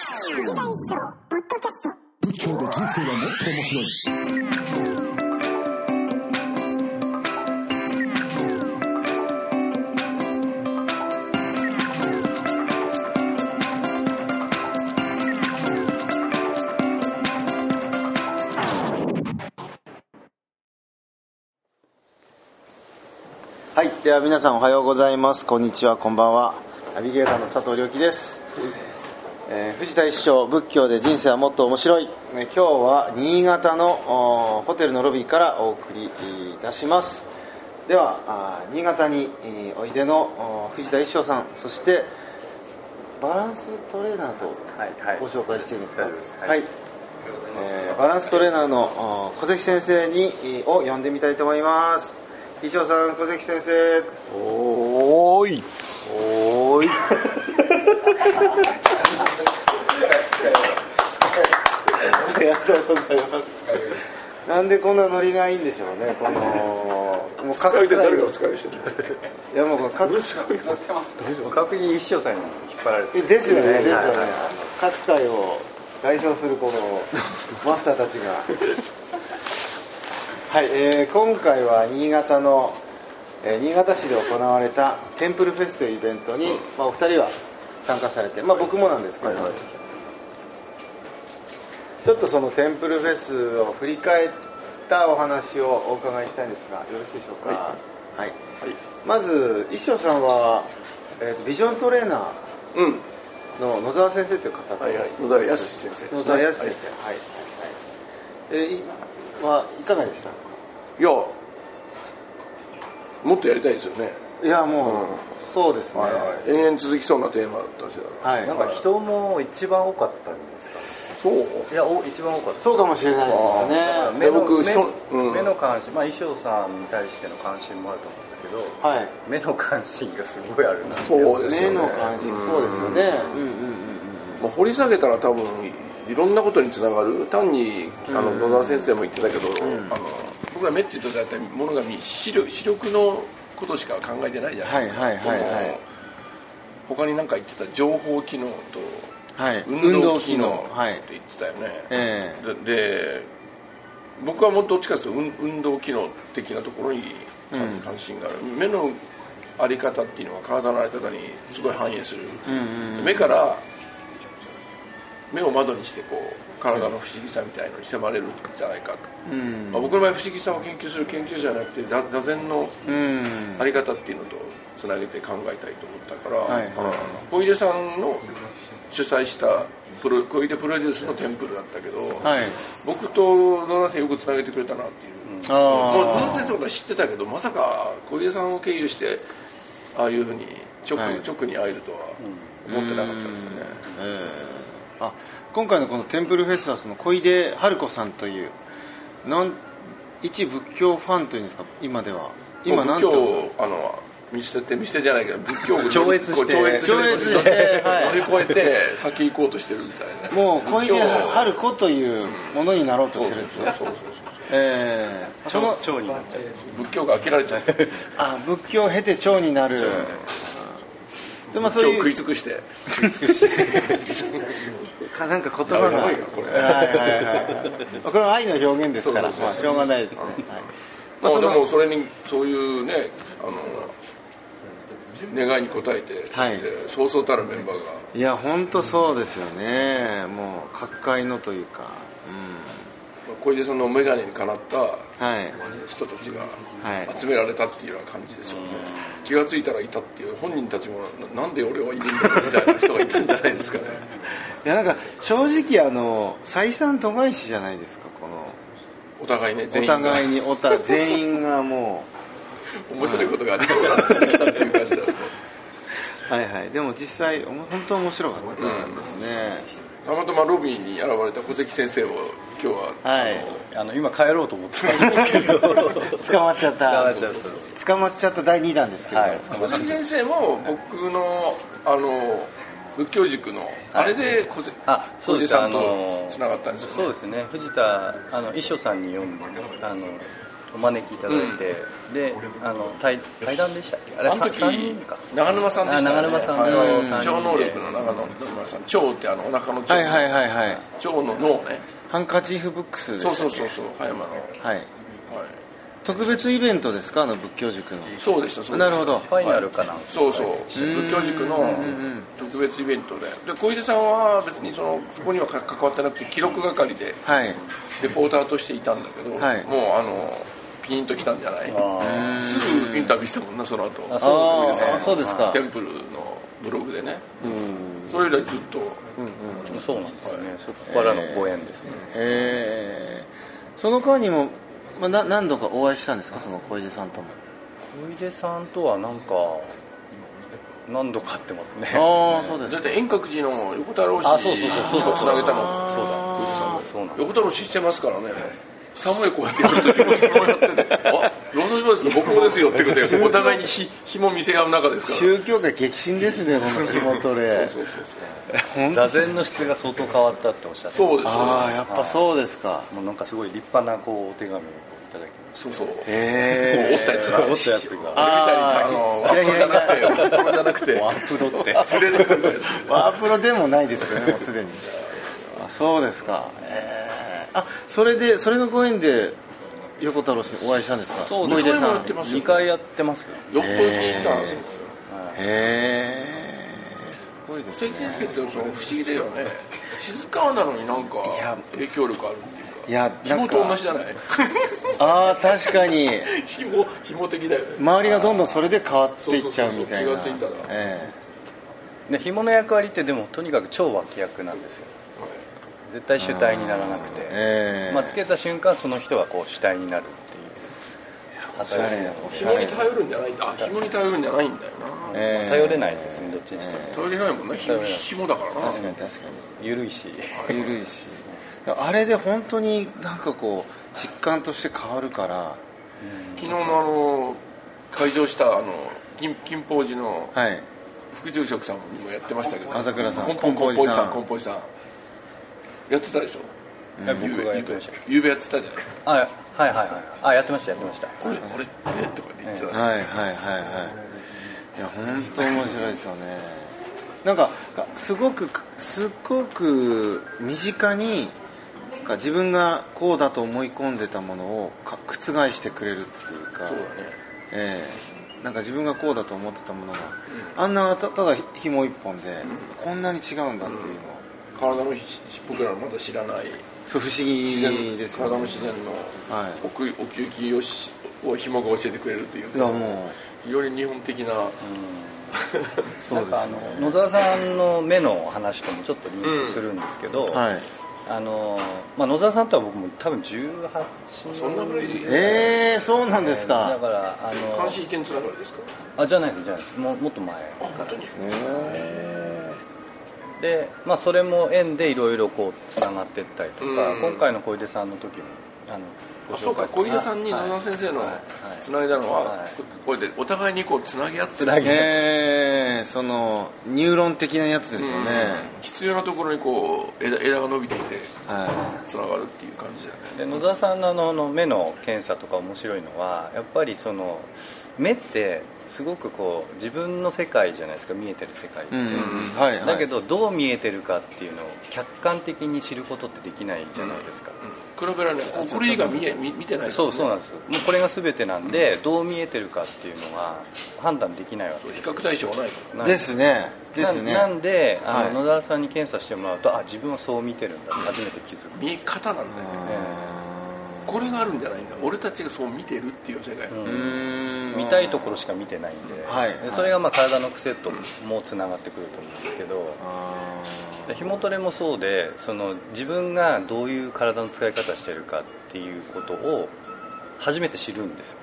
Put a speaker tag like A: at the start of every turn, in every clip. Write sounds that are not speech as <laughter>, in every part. A: 副大将ポッドキャスト
B: 仏教で人生はもっと面白い。
C: はい、では皆さんおはようございます。こんにちは、こんばんは。ナビゲーターの佐藤良樹です。えー藤田一生仏教で人生はもっと面白い。えー今日は新潟のおーホテルのロビーからお送りいたします。では、あー新潟にえーおいでのおー藤田一生さん、そしてバランストレーナーと
D: はいはい
C: ご紹介していいですか。
D: 大丈夫ですはい
C: はい。えーバランストレーナーのおー小関先生にえーを呼んでみたいと思います。一生さん、小関先生。
D: おーい
C: おーいありがとうございますなんでこんなノリがいいんでしょうねこのもう
E: 使い手誰がお
C: い
E: 使いしてるの
C: やもう各
D: 確認一生さんに引っ張られて
C: ですよねですよ
D: はい
C: ね各界を代表するこのマスターたち
D: <laughs>
C: がはい、えー今回は新潟の、えー新潟市で行われたテンプルフェスというイベントに、まあ、お二人は参加されて、まあ、僕もなんですけど、ちょっとそのテンプルフェスを振り返ったお話をお伺いしたいんですがよろしいでしょうかはい、まず一生さんは、えーとビジョントレーナー
E: うん
C: の野沢先生という方と、
E: はいはい野田康先生ですね
C: 野沢康先生はい、はいはいえーいはいかがでした
E: いやもっとやりたいですよね
C: いやもう、
E: うん
C: そうですね、
E: はいはい延々続きそうなテーマだったし
C: はい
D: なんか人も一番多かったんです
E: そう
D: かいやお一番多かった
C: そうかもしれないですね
E: あ
D: 目の
E: 僕
D: 目
E: そうん
D: 目の関心まあ衣装さんに対しての関心もあると思うんですけど
C: はい
D: 目の関心がすごいあるな
E: そうですよ
C: 目
E: ね
C: の関心、
E: うん
C: そうですよねうんうん
E: まあ掘り下げたら多分いろんなことにつながる単にあの野沢先生も言ってたけど、あの僕ら目って言うと大体物が見視力視力のことしか考えてないじゃないですか、
C: はいはいはいはい
E: でも他に何か言ってた情報機能と
C: はい
E: 運動機能
C: はい
E: って言ってたよね、
C: ええ
E: でで僕はもうどっちかというと運運動機能的なところに関関心がある、目のあり方っていうのは体のあり方にすごい反映する、目から目を窓にしてこう体の不思議さみたいのに迫れるんじゃないかと、まあ僕の場合不思議さを研究する研究者じゃなくて座座禅のあり方っていうのとつなげて考えたいと思ったから、
C: はい
E: うん小出さんの主催したプロ小出プロデュースのテンプルだったけど、
C: はい
E: 僕と野田先生よくつなげてくれたなっていう、もう野田
C: あ
E: 先生のことは知ってたけどまさか小出さんを経由してああいうふうに直,、
C: はい
E: 直に会えるとは思ってなかったですよね
C: ああ今回のこのテンプルフェスはその小出春子さんというなん一仏教ファンというんですか今では今
E: も
C: な
E: うん仏
C: と
E: 教あの見捨てて見捨てじゃないけど仏教を
D: 超越して
E: こう超越して
C: 超越
E: <laughs>
C: してはい
E: 乗り越えて先行こうとしてるみたいな
C: もう小
E: 仏
C: 出
E: 教を
C: 春子というものになろうと
E: そ
C: し
E: う
C: て
E: そう
C: るんですよ
E: そうそう
C: ええその
D: 超になっちゃう
E: 仏教が飽きられちゃって仏
C: あ仏教を経て蝶になるでも <laughs> そう
E: 教を
C: いう
E: 食い尽くして
C: かなんか言葉が
E: やばいなこれ
C: はいはいはいこれは愛の表現ですから
E: そう
C: ま
E: そ
C: あしょ
E: うそうそう
C: うがないですねはい
E: まあ
C: そ
E: で
C: の
E: もそれにそういうねあの願いに応えて、
C: はい
E: でそうそうたるメンバーが
C: いや本当そうですよねもう各界のというかう
E: まあ小出さんの眼鏡にかなった
C: んはい
E: 人たちが
C: はい
E: 集められたっていうような感じですよね、気が付いたらいたっていう本人たちもななんで俺はいるんだろうみたいな人がいたんじゃない
C: <laughs>
E: ですかね
C: いやなんか正直あの採算度外視じゃないですかこの
E: お互いね全
C: お
E: 員が
C: 互いにおた全員がも
E: 面白いことがありそうだなってきたっていう感じだよね
C: うはいはいでも実際おも本当面白かったですね
E: たまたまロビーに現れた小関先生を今日は、
C: はい
D: あの今帰ろうと思ってたんですけ <laughs> ど
C: 捕まっちゃっ
D: 捕
C: た
D: まっちゃっ
C: 捕まっちゃった第2弾ですけど
D: はい捕
E: 小関先生も僕のあの仏教塾のあれで小関
D: あそう
E: 小
D: です
E: 関さ
D: あ
E: んと
D: の
E: つながったんです
D: そう
E: よ
D: で
E: ね
D: すね藤田あの衣装さんに読んであのお招きいただいて、であの対対談でしたっけあれ
E: あの時
D: 3人か
E: 長沼さんでしたね
D: あ長沼さんと
E: はい
D: 三人で
E: 超能力の長沼さん超ってあのお腹の腸
C: はいはいはいはい
E: 腸の脳ね
C: ハンカチーフブックスでした
E: そ
C: っ
E: う
C: け
E: そうそうそう葉山の、はい、
C: はい特別イベントですかあの仏教塾の
E: そうでしたそうで
C: な
E: した
C: るほど
D: ファイナルかなんか
E: そうそう仏教塾の特別イベントでで小出さんは別にそのそこにはか関わってなくて記録係で
C: はい
E: レポーターとしていたんだけど、
C: はい
E: もうあのピンときたんじゃない
D: あ
E: すぐインタビューしたもんなその後
D: あ
C: あ
D: そうですね
C: あーそうですか
E: テンプルのブログでねそれ以来ずっと
D: ーそうなんですよね、そこからのご縁ですね、
C: えー、その間にも、まあ、な何度かお会いしたんですかその小出さんとも
D: 小出さんとはなんか何度か会ってますね
C: ああそうです
E: だっ
C: か
E: て遠隔寺の横太郎氏
D: あそうそうそうそうだ
E: をつなげたの
D: そうだそうなんで
E: 横太郎氏してますからね寒いこうやってやっててこうやっててあローソン島ですか僕もですよってことでお互いにひ紐見せ合う中ですから
C: 宗教界激震です <laughs> ねこの紐トレ
E: そうそうそう
D: す座禅の質が相当変わったっておっしゃって
E: そうです
C: ああやっぱそうですか
D: もうなんかすごい立派なこうお手紙をこういただきまし
E: そうそうこう
C: へ
E: 折
C: え
E: ったやつ
D: た
E: が
D: おったやつが
E: あ
C: あー
E: れみたいにあのワープロじゃなくてワ
D: ワ
E: ー
D: ンプロって
E: プロじゃなくて触れてくるやつ
C: ワープロでもないですけどねもうすでに <laughs> あそうですかえー、あそれでそれのご縁で横太郎氏にお会いしたんですか
D: そう
E: です
C: 小出
E: 二回も
C: さ
E: やって
C: ん
E: ます
D: 2回やってます
E: よっぽど気に入ったんですよ
C: へえすごいです
E: 先生ってその不思議だよね静かなのになんか
C: や
E: 影響力あるっていうか
C: いやなん
E: 紐
C: か
E: と同じじゃない <laughs>
C: ああ確かに
E: 紐紐的だよね
C: 周りがどんどんそれで変わっていっちゃうみたいな
E: そうそうそう気がついたら
C: え
D: で紐の役割ってでもとにかく超脇役なんですよ絶対主体にならなくて、
C: ええ
D: まあ、つけた瞬間その人がこう主体になるっていう
C: おしゃれなおしゃ
E: 紐
C: れ
E: に
C: な
E: 頼るんじゃないんだあ紐に頼るんじゃないんだよな
D: まあ頼れないですねどっちにしても
E: 頼れないもんなひ
D: 頼れない
E: 紐だからな
C: 確かに確か
D: 緩いし
C: に緩いしあれで本当になんかこう実感として変わるから
E: 昨日のあの開場したあの金金峰寺の
C: はい
E: 副住職さんにもやってましたけど
C: 朝倉さん
E: コンポンコ
C: コ
E: ン
C: ン
E: ポ
C: ポ
E: イ
C: イ
E: さ
C: さ
E: ん
C: ん
E: コンポイさんやってたでしょ
D: 僕がやってまし
E: ゆうべやってたじゃないですか
D: たあはいはいはいはいあやってましたやってました
E: あれあれあれとかって言ってた
C: はいはいはいはいいや本当面白いですよねなんかすごくすっごく身近になんか自分がこうだと思い込んでたものをか覆してくれるっていうか
E: そうだね
C: ええなんか自分がこうだと思ってたものが、あんなたただ紐一本で、こんなに違うんだっていうの、
E: 体のひ僕らのまだ知らない
C: そう不思
E: 自
C: 議
E: 然
C: です
E: 体
C: よ
E: の
C: ね
E: 自然の
C: はい
E: 奥奥行きをしを紐が教えてくれるという
C: いやも
E: より日本的な
C: う
D: な
C: そ
D: ん
C: うです
D: かあ
C: ね
D: の野沢さんの目の話ともちょっとリンクするんですけど、
C: はい
D: あのまあ、野沢さんとは僕も多分18
E: そんなぐらいでいいです
C: ええそうなんです
D: だ
C: か
D: からあの
E: 監視意見つながりですか
D: あじゃないですじゃないですもうもっと前
E: 本当に
D: で、まあ、それも縁でいろいろこうつながっていったりとか、
E: うん
D: 今回の小出さんの時もあの
E: あそうか小出さんに野
D: はい
E: 田先生の
D: はいはい
E: つないだのは
D: はい
E: ここれでお互いにこうつなぎ合って
D: つなぎ
C: ええそのニューロン的なやつですよね、
E: うん必要なところにこう枝枝が伸びていて
C: は
E: つながるっていう感じだよ
D: で
E: ね
D: 野沢さんのあのあの目の検査とか面白いのはやっぱりその目ってすごくこう自分の世界じゃないですか見えてる世界って、
C: い、うんはい、はい、
D: だけどどう見えてるかっていうのを客観的に知ることってできないじゃないですか、
E: うん比べられないこれ以外見え見見てない
D: そうそう
E: う
D: なんですもうこれが全てなんで、どう見えてるかっていうのが判断できないわけで
E: 比
D: すよ
E: 較対象はないか
D: なん
C: ですねですね
D: ななんであの、
C: は
D: 野
C: い
D: 沢さんに検査してもらうとあ自分はそう見てるんだって初めて気づく
E: ら、見え方なんだよねこれがあるんじゃないんだ俺たちがそう見てるっていう世界、
C: うーん
D: 見たいところしか見てないんで,、
C: はい
D: でそれがまあ体の癖ともつながってくると思うんですけど
C: あ
D: で紐トレもそうでその自分がどういう体の使い方してるかっていうことを初めて知るんですよ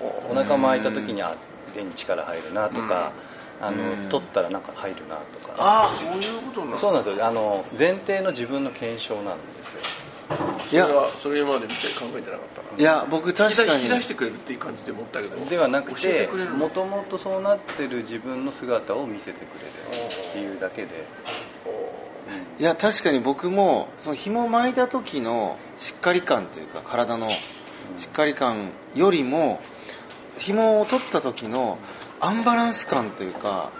D: こうお腹も開いた時にあ腕に力入るなとかあの取ったらなんか入るなとか
E: ああそういうことになる
D: そうなんですよあの前提の自分の検証なんですよ
C: ー
E: そ
C: い
E: れ
C: や
E: はそれまで見て考えてなかったない
C: や僕確か
E: 引
C: に
E: き出してくれるっていう感じで思ったけど
D: ではなく
E: 教えて
D: て
E: くれる
D: も
E: の
D: ともとそうなってる自分の姿を見せてくれるっていうだけで
C: いや確かに僕もその紐を巻いた時のしっかり感というか体のしっかり感よりも紐を取った時のアンバランス感というか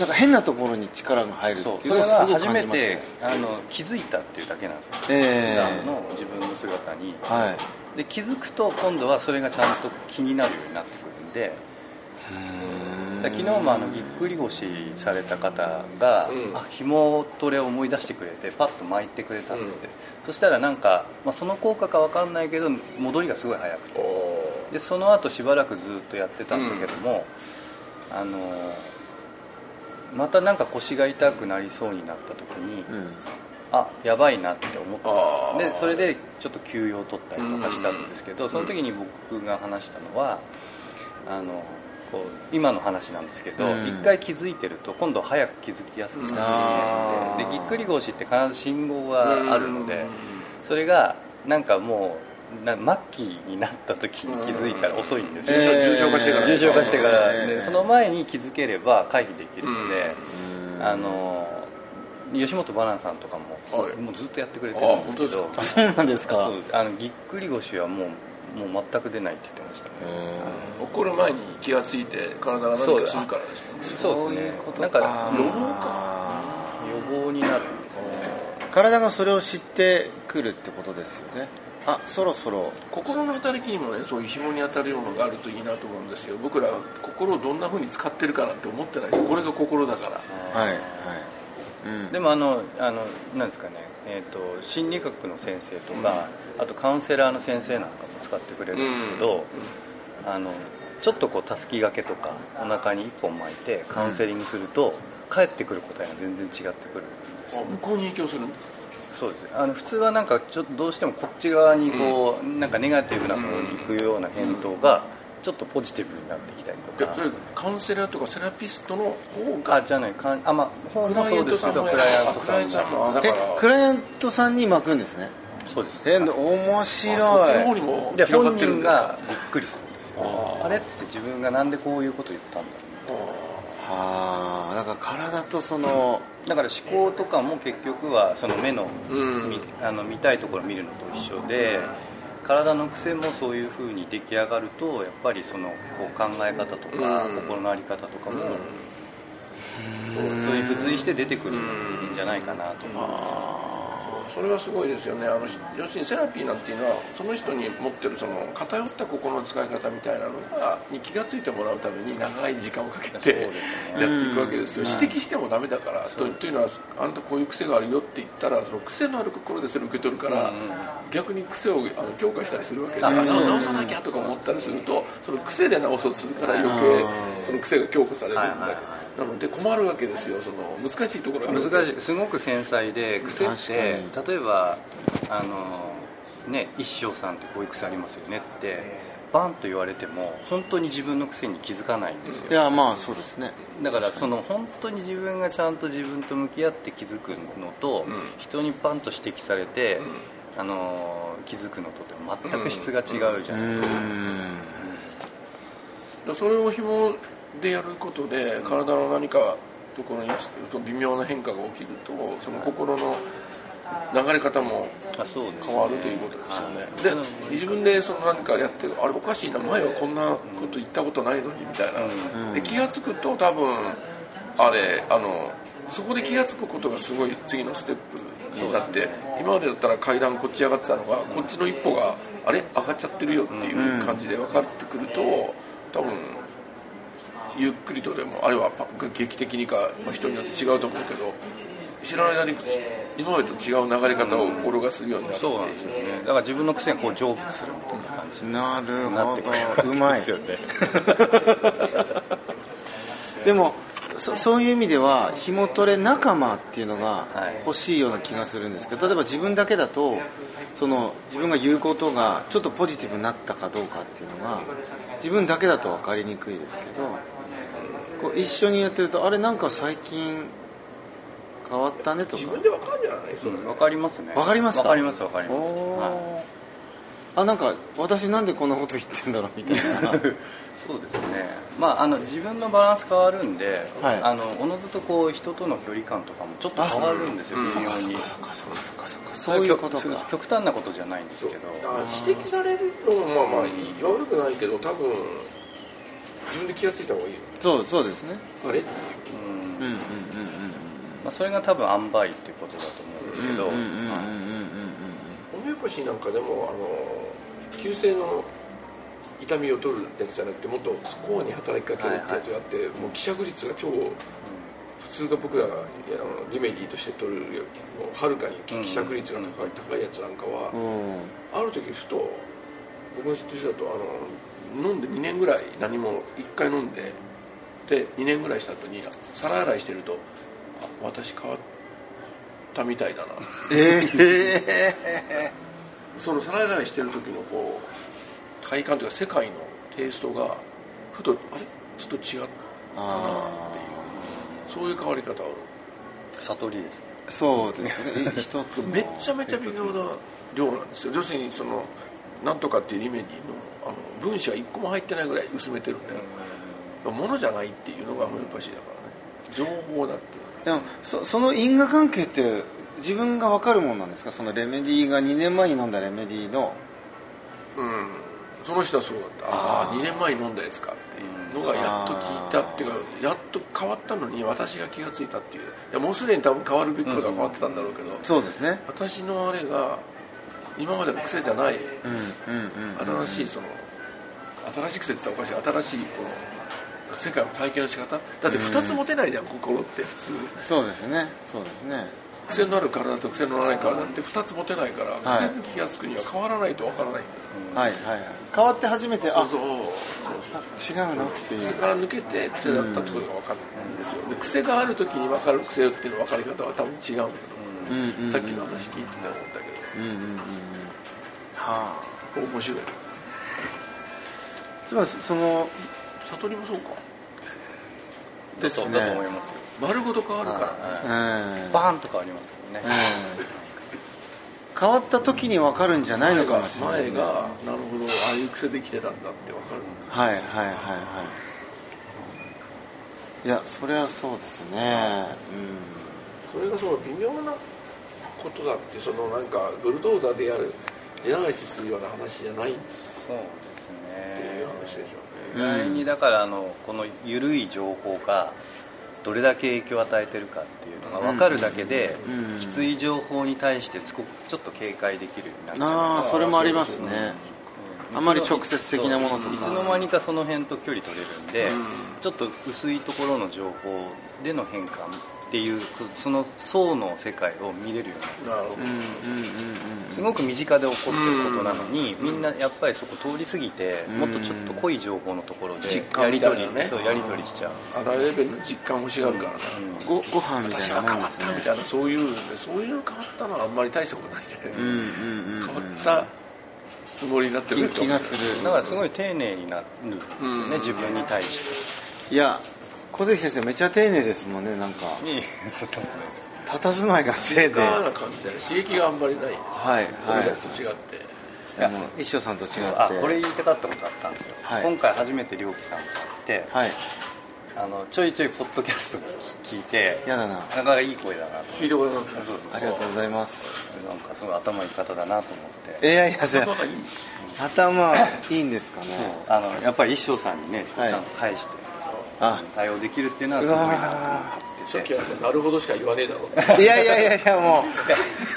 C: なんか変なところに力が入るっ
D: そう
C: てい
D: そうれ
C: のをす
D: は
C: ごく
D: 初
C: 感
D: め
C: じました
D: て
C: ね
D: あの気づいたっていうだけなんですよ、
C: ええ
D: 普段の自分の姿に
C: はい
D: で気づくと今度はそれがちゃんと気になるようになってくるんでだから昨日もあのぎっくり腰された方が、
E: うん
D: あ紐トレを思い出してくれてパッと巻いてくれたんですって、
E: う
D: そしたらなんか、まあ、その効果かわかんないけど戻りがすごい早くてでその後しばらくずっとやってたんだけども、あのまたなんか腰が痛くなりそうになった時に、
C: うん
D: あやばいなって思った
E: あー
D: でそれでちょっと休養を取ったりとかしたんですけど、その時に僕が話したのはあのこう今の話なんですけど
C: うん
D: 一、回気づいてると今度早く気づきやすくなる
C: あ
D: で
C: ー
D: ぎっくり腰って必ず信号があるのでそれがなんかもうな末期になった時に気づいたら遅いんですよ、
E: 重症
C: えー
E: 重症化してから
D: 重症化してから、
C: えー
D: でその前に気づければ回避できるので。
C: うん
D: あの吉本ばなさんとかもそう、
E: はい
D: もうずっとやってくれてるんですけど
E: あ本当
C: あそうなんですか
D: そうあのぎっくり腰はもうもう全く出ないって言ってましたね
E: 怒る前に気がついて体が何かするからですもんね
D: そうですねなん
C: あ
D: か
C: ー
E: 予防か
D: 予防になるんですよね
C: 体がそれを知ってくるってことですよねあそろそろ
E: 心の働きにもねそういう紐に当たるようなのがあるといいなと思うんですよ僕ら心をどんなふうに使ってるかなんて思ってないですこれが心だから
C: はいはい、うん、
D: でもあのあのなんですかね、えー、と心理学の先生とか、あとカウンセラーの先生なんかも使ってくれるんですけど、あのちょっとこうたすき掛けとかお腹に1本巻いてカウンセリングすると、返ってくる答えが全然違ってくるんですよ
E: あ向こうに影響するんだ
D: そうですあの普通はなんかちょっとどうしてもこっち側にこう、なんかネガティブな方に行くような返答がちょっとポジティブになってきたりと
E: でそ
D: か、
E: れカウンセラーとかセラピストの方が
D: あじゃないかんあまあ本
E: ク
D: も
E: ライア
D: そう
E: ン
D: で
E: ト
D: す
E: さ
D: け
E: んも
D: ど
E: や
D: クライアン
E: あ
D: ト
E: クライアントさんもあだか
C: え
E: ら
C: クライアントさんに巻くんですね
D: そうです
C: え面白い
E: そっちの方にも
D: で
E: 広が
D: 本
E: ってるん
D: 人
E: です
D: が
E: か
D: びっくりするんですよあれって自分がなんでこういうこと言ったんだろ
C: ああだから体とその、
D: うだから思考とかも結局はその目の,、
E: うん
D: みあの見たいところを見るのと一緒で体の癖もそういうふうに出来上がるとやっぱりそのこう考え方とか、
E: うん
D: 心の在り方とかも、そういう付随して出てくるんじゃないかなと思います
E: それはすごいですよねあの要するにセラピーなんていうのはその人に持ってるその偏った心の使い方みたいなのがに気が付いてもらうために長い時間をかけ
D: そ
E: て
D: うですね
E: やっていくわけですよ指摘してもダメだからとというのはあなたこういう癖があるよって言ったらその癖のある心でそれを受け取るから、逆に癖をあの強化したりするわけですよあ直さなきゃとか思ったりするとその癖で直そうとするから余計その癖が強化されるんだ
D: はいはいは
E: けどなので困るわけですよその難しいところがあるわけです
D: 難しいすごく繊細で癖って例えばあのね一生さんってこういう癖ありますよねってバンと言われても本当に自分の癖に気づかないんですよ
C: いやまあそうですね
D: だからその本当に自分がちゃんと自分と向き合って気づくのと、人にパンと指摘されて、あの気づくのとって全く質が違うじゃない、
C: うん
E: でそれを紐でやることで体の何かところにその微妙な変化が起きるとその心の流れ方も
D: あそうですね
E: 変わるということですよね、で
D: はい
E: 自分でその何かやってあれおかしいな前はこんなこと言ったことないのにみたいな、で気が付くと多分あれあのそこで気が付くことがすごい次のステップになって今までだったら階段こっち上がってたのがこっちの一歩があれ上がっちゃってるよっていう感じで分かってくると多分ゆっくりとでもあるいはパ劇的にか、まあ、人によって違うと思うけど知らない間に今までと違う流れ方を心がするようになるってい
D: そうなんですよねだから自分の癖がこう成仏するみたいな感じに
C: なる
D: なっ
C: ほ
D: てくるわけ
C: どうまい
D: ですよね
C: でもそそういう意味では紐トレ仲間っていうのが
D: はい
C: 欲しいような気がするんですけど例えば自分だけだとその自分が言うことがちょっとポジティブになったかどうかっていうのが自分だけだと分かりにくいですけどこう一緒にやってるとあれなんか最近変わったねとか
E: 自分でわかるんじゃないそれ
D: わかりますね
C: わかりますか
D: わかりますわかります
C: おー
D: は
C: あなんか私なんでこんなこと言ってんだろうみたい
D: い
C: な
D: そうですねまああの自分のバランス変わるんで、
C: はい
D: あのおのずとこう人との距離感とかもちょっと変わるんですよ微妙に
C: そっかそっかそっかそっかそういうことか
D: それは極極端なことじゃないんですけど
E: だから指摘されるのもまあまあ悪くないけど多分自分で気が付いた方がいいよ
C: そうそうですね
E: あれって
D: うん
C: うんうんうん
D: まあ、それが多分塩梅っていうことだと思うんですけど、
C: うんうんうんうんうん
D: はい
E: ホメオパシーなんかでもあの急性の痛みを取るやつじゃなくてもっとコアに働きかけるってやつがあって、もう希釈率が超普通が僕らがいやあのリメディーとして取るよりもはるかに希釈率が高い,、高いやつなんかは、
C: うん
E: ある時ふと僕の知ってる人だとあの飲んで2年ぐらい何も1回飲んでで2年ぐらいした後に皿洗いしてるとあ私変わったみたいだな
C: え
E: <laughs> その皿洗いしてる時のこう体感というか世界のテイストがふとあれちょっと違ったなっていうそういう変わり方を
D: 悟りです
C: ー、そうですね一つの
E: めっちゃめちゃ微妙な量なんですよ要するにそのなんとかっていうリメディのあの分子が1個も入ってないぐらい薄めてるんだよものじゃないっていうのがホメオパシーだからね情報だっていう
C: でもそその因果関係って自分が分かるもんなんですかそのレメディーが2年前に飲んだレメディーの
E: うんその人はそうだったああ2年前に飲んだやつかっていうのがやっと聞いたっていうかやっと変わったのに私が気がついたっていういやもうすでに多分変わるべきことは変わってたんだろうけど、
C: そうですね
E: 私のあれが今までの癖じゃない
C: うんうんうん
E: 新しいその新しく説って言ったらおかしい新しいこの世界の体験の仕方だって2つ持てないじゃん、心って普通
C: そうですねそうですね
E: 癖のある体と癖のない体って2つ持てないから、
C: はい
E: 癖に気が付くには変わらないとわからない
C: はいはいはい変わって初めてあ
E: そう
C: 違うなっていう
E: それから抜けて癖だったってことが分かるんですよ、で癖がある時に分かる癖っていうの分かり方は多分違うんだけど、
C: うんうん
E: さっきの話聞いてたもんだけ
C: うんうんうんうんはあ
E: ど、面白い
C: つまりその
E: 悟りもそうか
C: ですね
D: だと思いますよ、
E: 丸ごと変わるからね
D: はい
C: うん
D: バーンとかありますよね、
C: 変わった時に分かるんじゃないの
E: 前
C: か
E: が
C: もしれない
E: 前
C: ですね
E: がなるほどああいう癖できてたんだって分かる
C: はいはいはいはいいやそれはそうですね
E: それがその微妙なことだってそのなんかブルドーザーでやるジェラリシするような話じゃないって
D: そうです
E: い
D: ね
E: う話でしょう
D: 意
E: ね
D: 外にだからあのこの緩い情報がどれだけ影響を与えてるかっていうのが分かるだけで、
C: うん
D: きつい情報に対してすごくちょっと警戒できるようになっ
C: う
D: ち
C: ん
D: ゃうんです
C: ああそれもありますね
D: うん
C: あまり直接的なものと
D: そう
C: か
D: いつの間にかその辺と距離取れるんで、
E: うん
D: ちょっと薄いところの情報での変化っていうその層の世界を見れるようになる
E: なるほど、
C: うんうんうん
D: すごく身近で起こってることなのに、みんなやっぱりそこ通り過ぎて、もっとちょっと濃い情報のところで
E: 実
D: や
E: 感
D: り
E: みたい
D: 取
E: なね
D: り、そうやり取りしちゃうんです
E: あらゆるレベルの実感を欲しがるからね、
C: ごご飯みたい
E: 私
C: な
E: が
C: も
E: 変
C: ん
E: わ
C: で
E: ったみ
C: す
E: た
C: ね
E: いなそういうのでそういうの変わったのはあんまり大したことないじゃない、
C: うんうんうん
E: 変わったつもりになってく
C: 気
E: ると
C: 気がする
D: だからすごい丁寧になるんですよね、
E: うん
D: 自分に対
C: <laughs>
D: して
C: いや小関先生めっちゃ丁寧ですもんねなんか
D: いいそんなことないです
C: 佇まいが丁寧
E: 静か
C: は
E: な感じだよ刺激があんまりない
C: い
E: そ
C: は
E: れ
C: い
E: やつと違って、
C: でも一生さんと違って
D: あこれ言いたかったことあったんですよ、
C: はい
D: 今回初めて良樹さんと会って、
C: はい
D: あのちょいちょいポッドキャストを聞いて
C: やだな
D: なかなかいい声だなと
E: 聞いてくださったんですよ
C: ありがとうございます
D: なんかすごい頭いい方だなと思って
C: いやいやそれ
E: なんかいい
C: 頭いいんですかね
D: あのやっぱり一生さんにねち
C: はい
D: ゃんと返して
C: あ
D: 対応できるっていうのは
C: う
D: すごいなと
C: わ
E: さ
D: 思っ
E: って
D: て
E: きはなるほどしか言わねえだろう
C: ーいやいやいやいやもう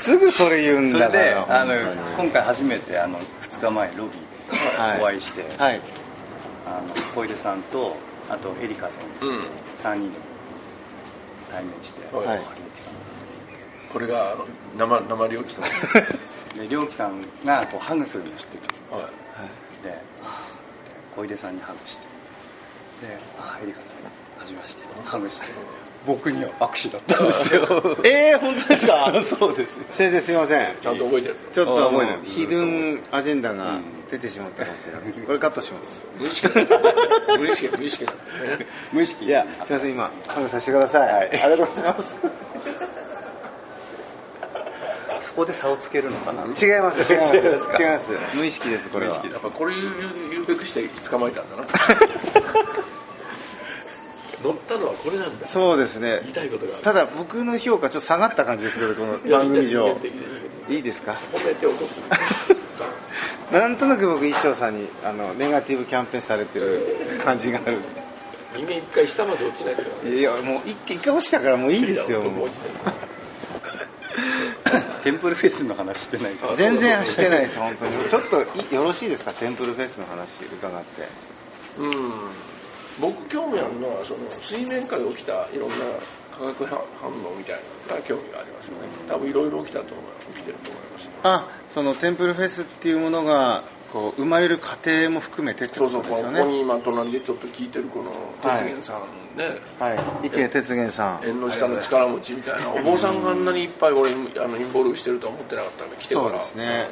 C: すぐそれ言うん
D: それ
C: だか
D: で
C: ら
D: あの
C: 本当に
D: 今回初めてあの2日前ロビー
C: はい
D: でお会いして、
C: はい
D: あの小出さんとあとエリカ先生、
E: うん
D: 3人で対面して
E: はい
C: はい
D: 良樹さん
E: これがあの生生料金
D: で良樹さんがこうハグするの知ってた
E: はい
D: でで小出さんにハグしてであエリカさんはじめましてハグして僕には握手だったんですよ <laughs>
C: ええ本当ですか
D: そうですよ
C: 先生すいません
E: ちゃんと覚えてる
C: ちょっともう
D: あ覚えてる
C: ヒドゥンアジェンダが出てしまったかもしれないこれカットします
E: 無意識なんだ無意識無意識なんだよね
D: 無意識に
C: いやすいません今ハグさせてください、
D: はい
C: ありがとうございます
D: そこで差をつけるのか <laughs> な
C: <laughs> 違います違います
D: 違いますか
C: 違います無意識ですこれは
D: 無意識で
E: やっ
D: す
E: ぱこれ言う言うべくして捕まえたんだな乗ったのはこれなんだ
C: そうですね
E: 言いたいことがある
C: ただ僕の評価ちょっと下がった感じですけどこの番組上
E: 人間的に
C: いいですか
E: 褒めて落とす
C: なんとなく僕一生さんにあのネガティブキャンペーンされてる感じがある
E: 人間一回下まで落ちないから
C: いやもう一一回落ちたからもういいですよ
E: 僕も
C: もう
E: 落ちてる
D: テンプルフェスの話してないか
E: あ
C: 全然してない <laughs> です本当にちょっといよろしいですかテンプルフェスの話伺って
E: うん僕興味あるのはその水面下で起きたいろんな化学反反応みたいなのが興味がありますよね多分いろいろ起きたと思う起きてると思いますよ
C: あそのテンプルフェスっていうものがこう生まれる過程も含めてって
E: そ
C: こ
E: うそ
C: と
E: う
C: で
E: こ
C: す
E: こ
C: よね
E: に今隣でちょっと聞いてるこの哲源さんね、
C: はい池哲源さん
E: 縁の下の力持ちみたいなお坊さんがあんなにいっぱい俺あのインボルブしてるとは思ってなかったんで来てから
C: そうですね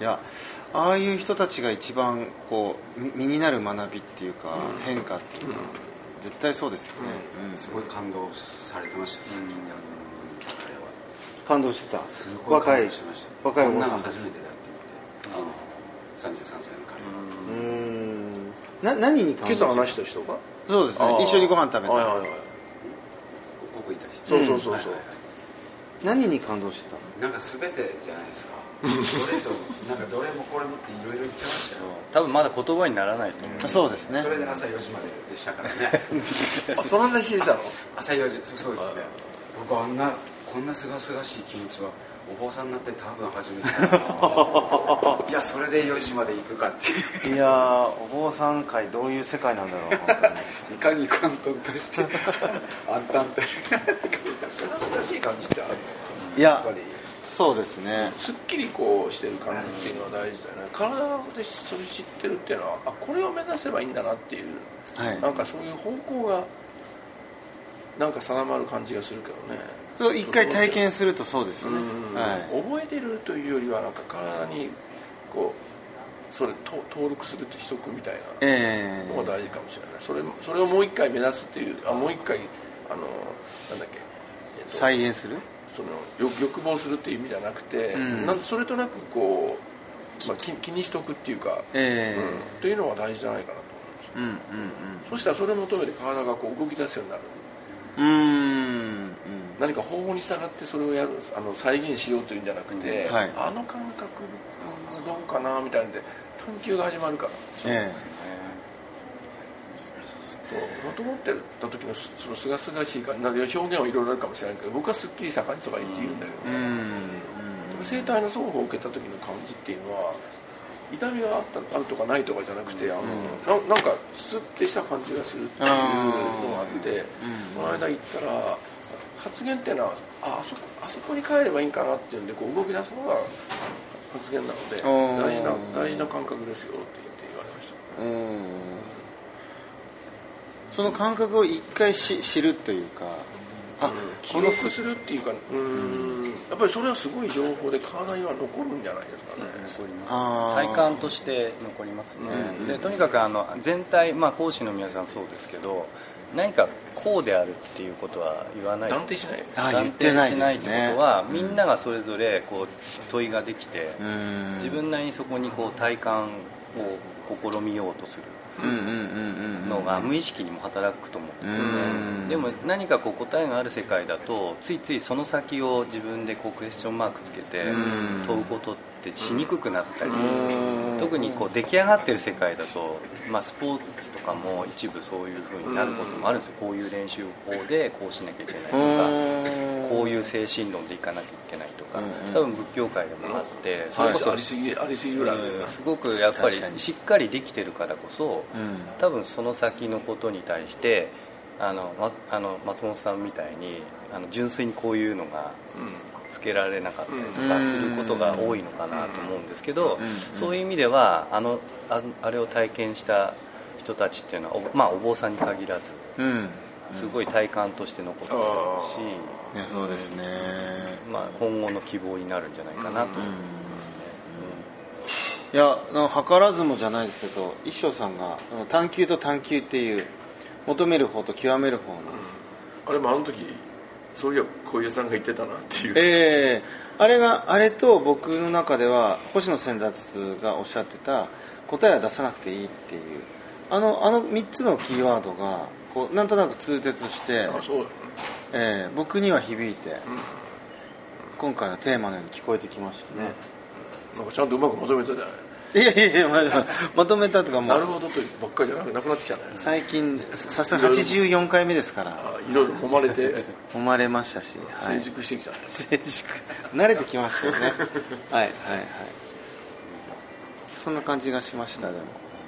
C: いやああいう人たちが一番こうみ身になる学びっていうか、変化っていうか、絶対そうですよね、うん
F: すごい感動されてましたよ最近であの彼は
C: 感動してた
F: すごい
C: 若
F: 感
C: い
F: 動しました
C: 若いお
F: こ
C: 坊
F: んな
C: さ
F: の
C: んたち
F: 初めてだって言ってあの33歳の彼は
C: うーんな何に感
E: 今
C: 動
E: 朝
C: た
E: 話した人が
C: そうですね一緒にご飯食べた、
E: はいはいはい
F: ここいた人
E: そうそうそうそう
F: はいはいは
C: 何に感動してた
F: いなんか全てじゃないですかどれとなんかどれもこれもっていろいろ言ってましたよ
D: 多分まだ言葉にならないと思う、
C: そうですね
F: それで朝4時まででした
E: <laughs>
F: からね
E: あその話してたの
F: 朝4時そうですね僕あんなこんなすがすがしい気持ちはお坊さんになって多分初
E: <laughs>
F: めてだないやそれで4時まで行くかっていう
C: いやーお坊さん会どういう世界なんだろう
E: <laughs>
C: 本当に
F: いかに混沌としてあったんたる
E: すがすがしい感じってあるの
C: いや
E: やっぱり
C: そうですね
E: すっきりこうしてる感じっていうのは大事だよね体でそれ知ってるっていうのはあこれを目指せばいいんだなっていう
C: はい
E: なんかそういう方向がなんか定まる感じがするけどね
C: そう一回体験するとそうですよね
E: うん
C: はい
E: 覚えてるというよりはなんか体にこうそれと登録するってしとくみたいな
C: ええ
E: のが大事かもしれないそれそれをもう一回目指すっていうあもう一回あのなんだっけ、えっと
C: 再現する
E: その欲欲望するっていう意味じゃなくて、
C: ん
E: なんそれとなくこう、まあ、気気にしとくっていうか、
C: え
E: うん、というのは大事じゃないかなと
C: えうんうん
E: そしたらそれを求めて体がこう動き出すようになる
C: うんうーん
E: 何か方法に従ってそれをやるあの再現しようというんじゃなくて、
C: うんはい
E: あの感覚どうかなみたいなんで探求が始まるから
C: え
E: そう求ってた時のすそのすがすがしい感じ表現はいろいろあるかもしれないけど僕はすっきりした感じとか言って言うんだけど、
C: えうん
E: 生体の双方を受けた時の感じっていうのは痛みがあったあるとかないとかじゃなくて、あのななんかスッてした感じがするっていうのがあってこの間行ったら発言っていうのはああそこあそこに帰ればいいんかなっていうんでこう動き出すのが発言なので
C: ー
E: 大事な大事な感覚ですよって言って言われました
C: うんその感覚を一回し知るというかあ
E: 記
C: この
E: 録するっていうかうーんやっぱりそれはすごい情報で体には残るんじゃないですかね、
D: 残ります
C: あー
D: 体感として残りますね、でとにかくあの全体、まあ、講師の皆さんそうですけど何かこうであるっていうことは言わない
E: 断定しないよね
D: 断
C: あ
D: 定
C: 言ってな
D: し
C: いですね
D: ないってことは、みんながそれぞれこう問いができて、
C: うん
D: 自分なりにそこにこう体感を試みようとする
C: うんうんうんうん
D: のが無意識にも働くと思うんですよね、
C: うん
D: でも何かこう答えがある世界だとついついその先を自分でこうクエスチョンマークつけて
C: うん
D: 問うことってしにくくなったり特にこう出来上がってる世界だと、まあ、スポーツとかも一部そういう風になることもあるんですよこういう練習法でこうしなきゃいけないとか。こういう精神論でいかなきゃいけないとか、多分仏教界でもあって、そ
E: そ
D: れ
E: れ
D: こ
E: こ
D: そ
E: そありすぎありすぎるぐらいあります
D: すごくやっぱり
C: 確かに
D: しっかりできてるからこそ、
C: ん
D: 多分その先のことに対してあの、ま、あの松本さんみたいにあの純粋にこういうのがつけられなかったりと
C: う
D: か
C: ん
D: することが多いのかなと思うんですけど、そういう意味ではあのああれを体験した人たちっていうのはお,、まあ、お坊さんに限らず
C: うん
D: すごい体感として残ってるし。
C: いやそうですね
D: まあ、今後の希望になるんじゃないかなと思いますね、
C: いやなんか図らずもじゃないですけど一生さんがあの探求と探求っていう求める方と極める方の、
E: あれもあの時そういや小遊さんが言ってたなっていう
C: <laughs> ええあれがあれと僕の中では星野先達がおっしゃってた答えは出さなくていいっていうあのあの3つのキーワードがこうなんとなく通徹して
E: あそうだよね
C: ええ僕には響いて、今回のテーマのように聞こえてきましたね、
E: なんかちゃんとうまくまとめたじゃない
C: いやいやいやまだまとめたとかも
E: なる
C: う
E: ほどとばっかりじゃなくなくなってきたね
C: 最近さすが84回目ですから
E: あいろいろ揉まれて
C: 生まれましたし、はい
E: 成、熟してきたね、
C: 成熟慣れてきましたよねはいはいはいそんな感じがしましたでも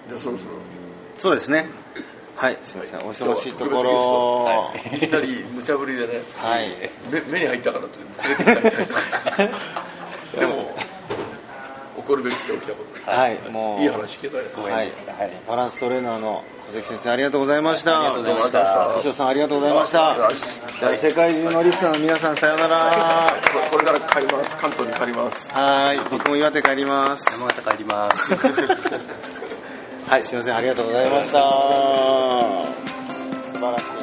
E: じゃあそろそろ
C: そうですねはいすみません、お忙しいところ
E: 今日は特別ゲストはいいきなり無茶ぶりでね
C: はい
E: 目目に入ったからって連れてきたみたいなでも怒るべきして起きたこと
C: はい、もう
E: いい話聞けたね
C: はい
D: ですはい
C: バランストレーナーの小関先生ありがとうございました
D: ありがとうございました
C: 石尾さんありがとうございました
E: よし
C: じゃあ世界中のリスナーの皆さんさようなら
E: これこれから帰ります関東に帰ります
C: はい僕も岩手帰ります
D: 山形帰ります
C: はいすいませんありがとうございました素晴らしい